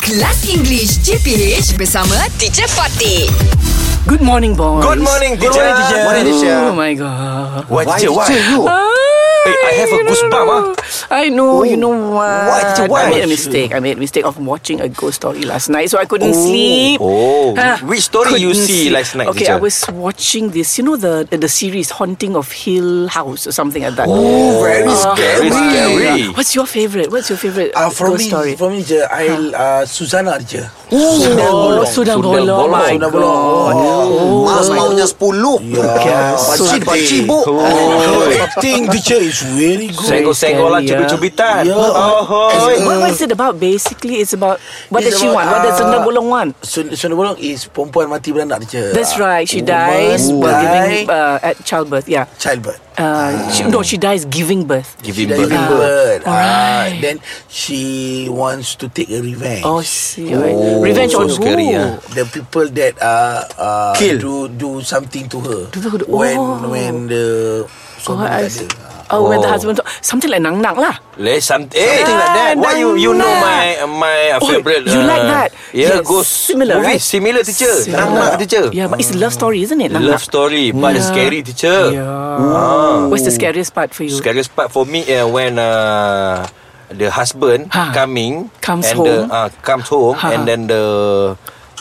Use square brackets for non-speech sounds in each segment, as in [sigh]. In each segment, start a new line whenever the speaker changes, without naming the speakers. Kelas English CPH bersama Teacher Fatih.
Good morning, boys.
Good morning, teacher.
morning, teacher.
Morning, teacher.
Oh my god.
Why, teacher? Why?
you?
Hey, I have a
you know,
goosebump, ah.
I know, you know what?
Why, teacher, why?
I made a mistake. I made a mistake of watching a ghost story last night, so I couldn't sleep.
Oh,
Ah,
which story you
couldn't
see
sleep.
last night,
Okay,
teacher?
I was watching this. You know the the series Haunting of Hill House or something like that.
Oh, very
very
scary.
scary. Ah,
Yeah. What's your favorite? What's your favorite
Uh, from
ghost
me,
story? Ha.
from me, je, I uh, Susana je.
Oh, Sundang Bolong. My God.
Sundang Bolong.
Oh.
Mas maunya 10
Ya. Yeah.
Pakcik,
sedih.
pakcik, bu
Oh, acting teacher is very good.
Senggol-senggol lah,
scary, ah.
cubit-cubitan.
Yeah.
Ahoy.
What, what is it about? Basically, it's about what
It's
does she
about,
want? What does
uh,
Sundang Bolong want?
Sun- Sundang Bolong is perempuan mati beranak je.
That's right. She
Woman
dies
die,
but giving uh, at childbirth. Yeah.
childbirth.
Uh, she, no, she dies giving birth.
Giving
She dies
birth.
giving birth. Ah,
Alright.
then she wants to take a revenge.
Oh, see, right. revenge
so
on who?
scary, ah.
the people that uh, uh,
Kill.
do do something to her
To her-
when
oh.
when the
Oh,
suami
I
tak
see.
ada.
Oh, when the
Oh.
husband something like nang nang lah.
Leh, some, eh,
Something like that.
Why you you know
Nang
my my uh,
Oh,
favorite?
you like that?
Yeah,
Yes,
ghost
similar,
movie.
right?
Similar, teacher.
Similar.
Nama teacher.
Yeah, but it's a love story, isn't it? Nang
Uh, Love story, but
Yeah.
scary, teacher.
Yeah. What's the scariest part for you?
Scariest part for me uh, when uh, the husband
Ha.
coming
Comes
and
home.
the, uh, comes home
Ha, ha.
and then the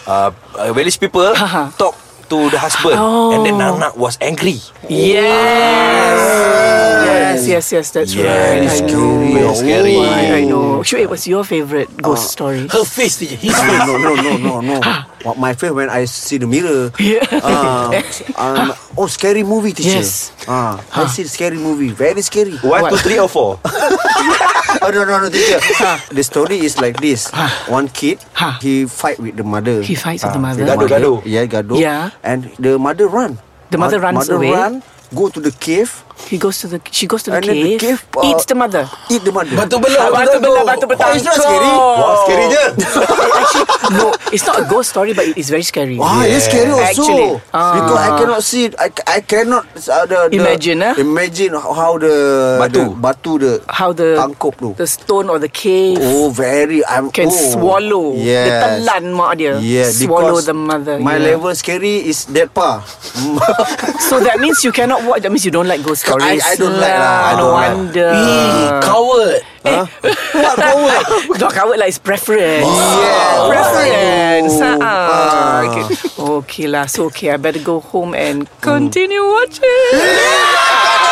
uh, uh, village people
Ha, ha.
talk to the husband
Oh.
and then Nana was angry.
Yes. Yes, yes, yes, that's
Yeah,
right.
it's
I
scary,
know.
it's scary.
Why, I know. Shuib, what's your favorite ghost story?
Her face teacher. His face.
No, no, no, no, no What my face when I see the mirror
Ah. Yeah. [laughs]
uh, um, Oh, scary movie teacher
Yes.
Ah, I see scary movie Very scary
One, two, three, or four.
[laughs] Oh, no, no, no
[laughs]
teacher
Ah.
The story is like this One kid
Ha.
He fight with the mother
Ah. He fights with
Ah,
the mother.
Gaduh, gaduh.
Yeah, gaduh
Yeah.
And the mother run
The mother
Ma-
runs
mother
away.
run Go to the cave
He goes to the she goes to the
And then
cave,
the cave, uh,
eats the
[laughs]
mother.
Eat the mother
Batu belah.
batu belah, batu
belah.
betang.
it's not scary.
Wah, scary je.
Actually, no, it's not a ghost story, but it is very scary.
Ah, it's scary also.
Actually, ah.
because I cannot see it. I, I cannot uh, the, the
Imagine, eh?
imagine how the
Batu.
the, batu the
How the
tangkop tu.
the stone or the cave
oh very I'm
can
oh.
swallow. Dia
Yes.
telan mak dia.
Yeah,
swallow
because
the mother.
My
yeah.
level scary is that Hmm. par.
So that means you cannot watch. That means you don't like ghost stories.
I don't like lah. I
no
don't like.
wonder. Eh.
Ih,
Ah.
coward.
[laughs] What
[laughs]
power?
Dog coward lah is preference.
Yeah.
Preference. Ah.
Oh. Ah.
Okay.
Mm.
okay lah. So okay, I better go home and continue watching.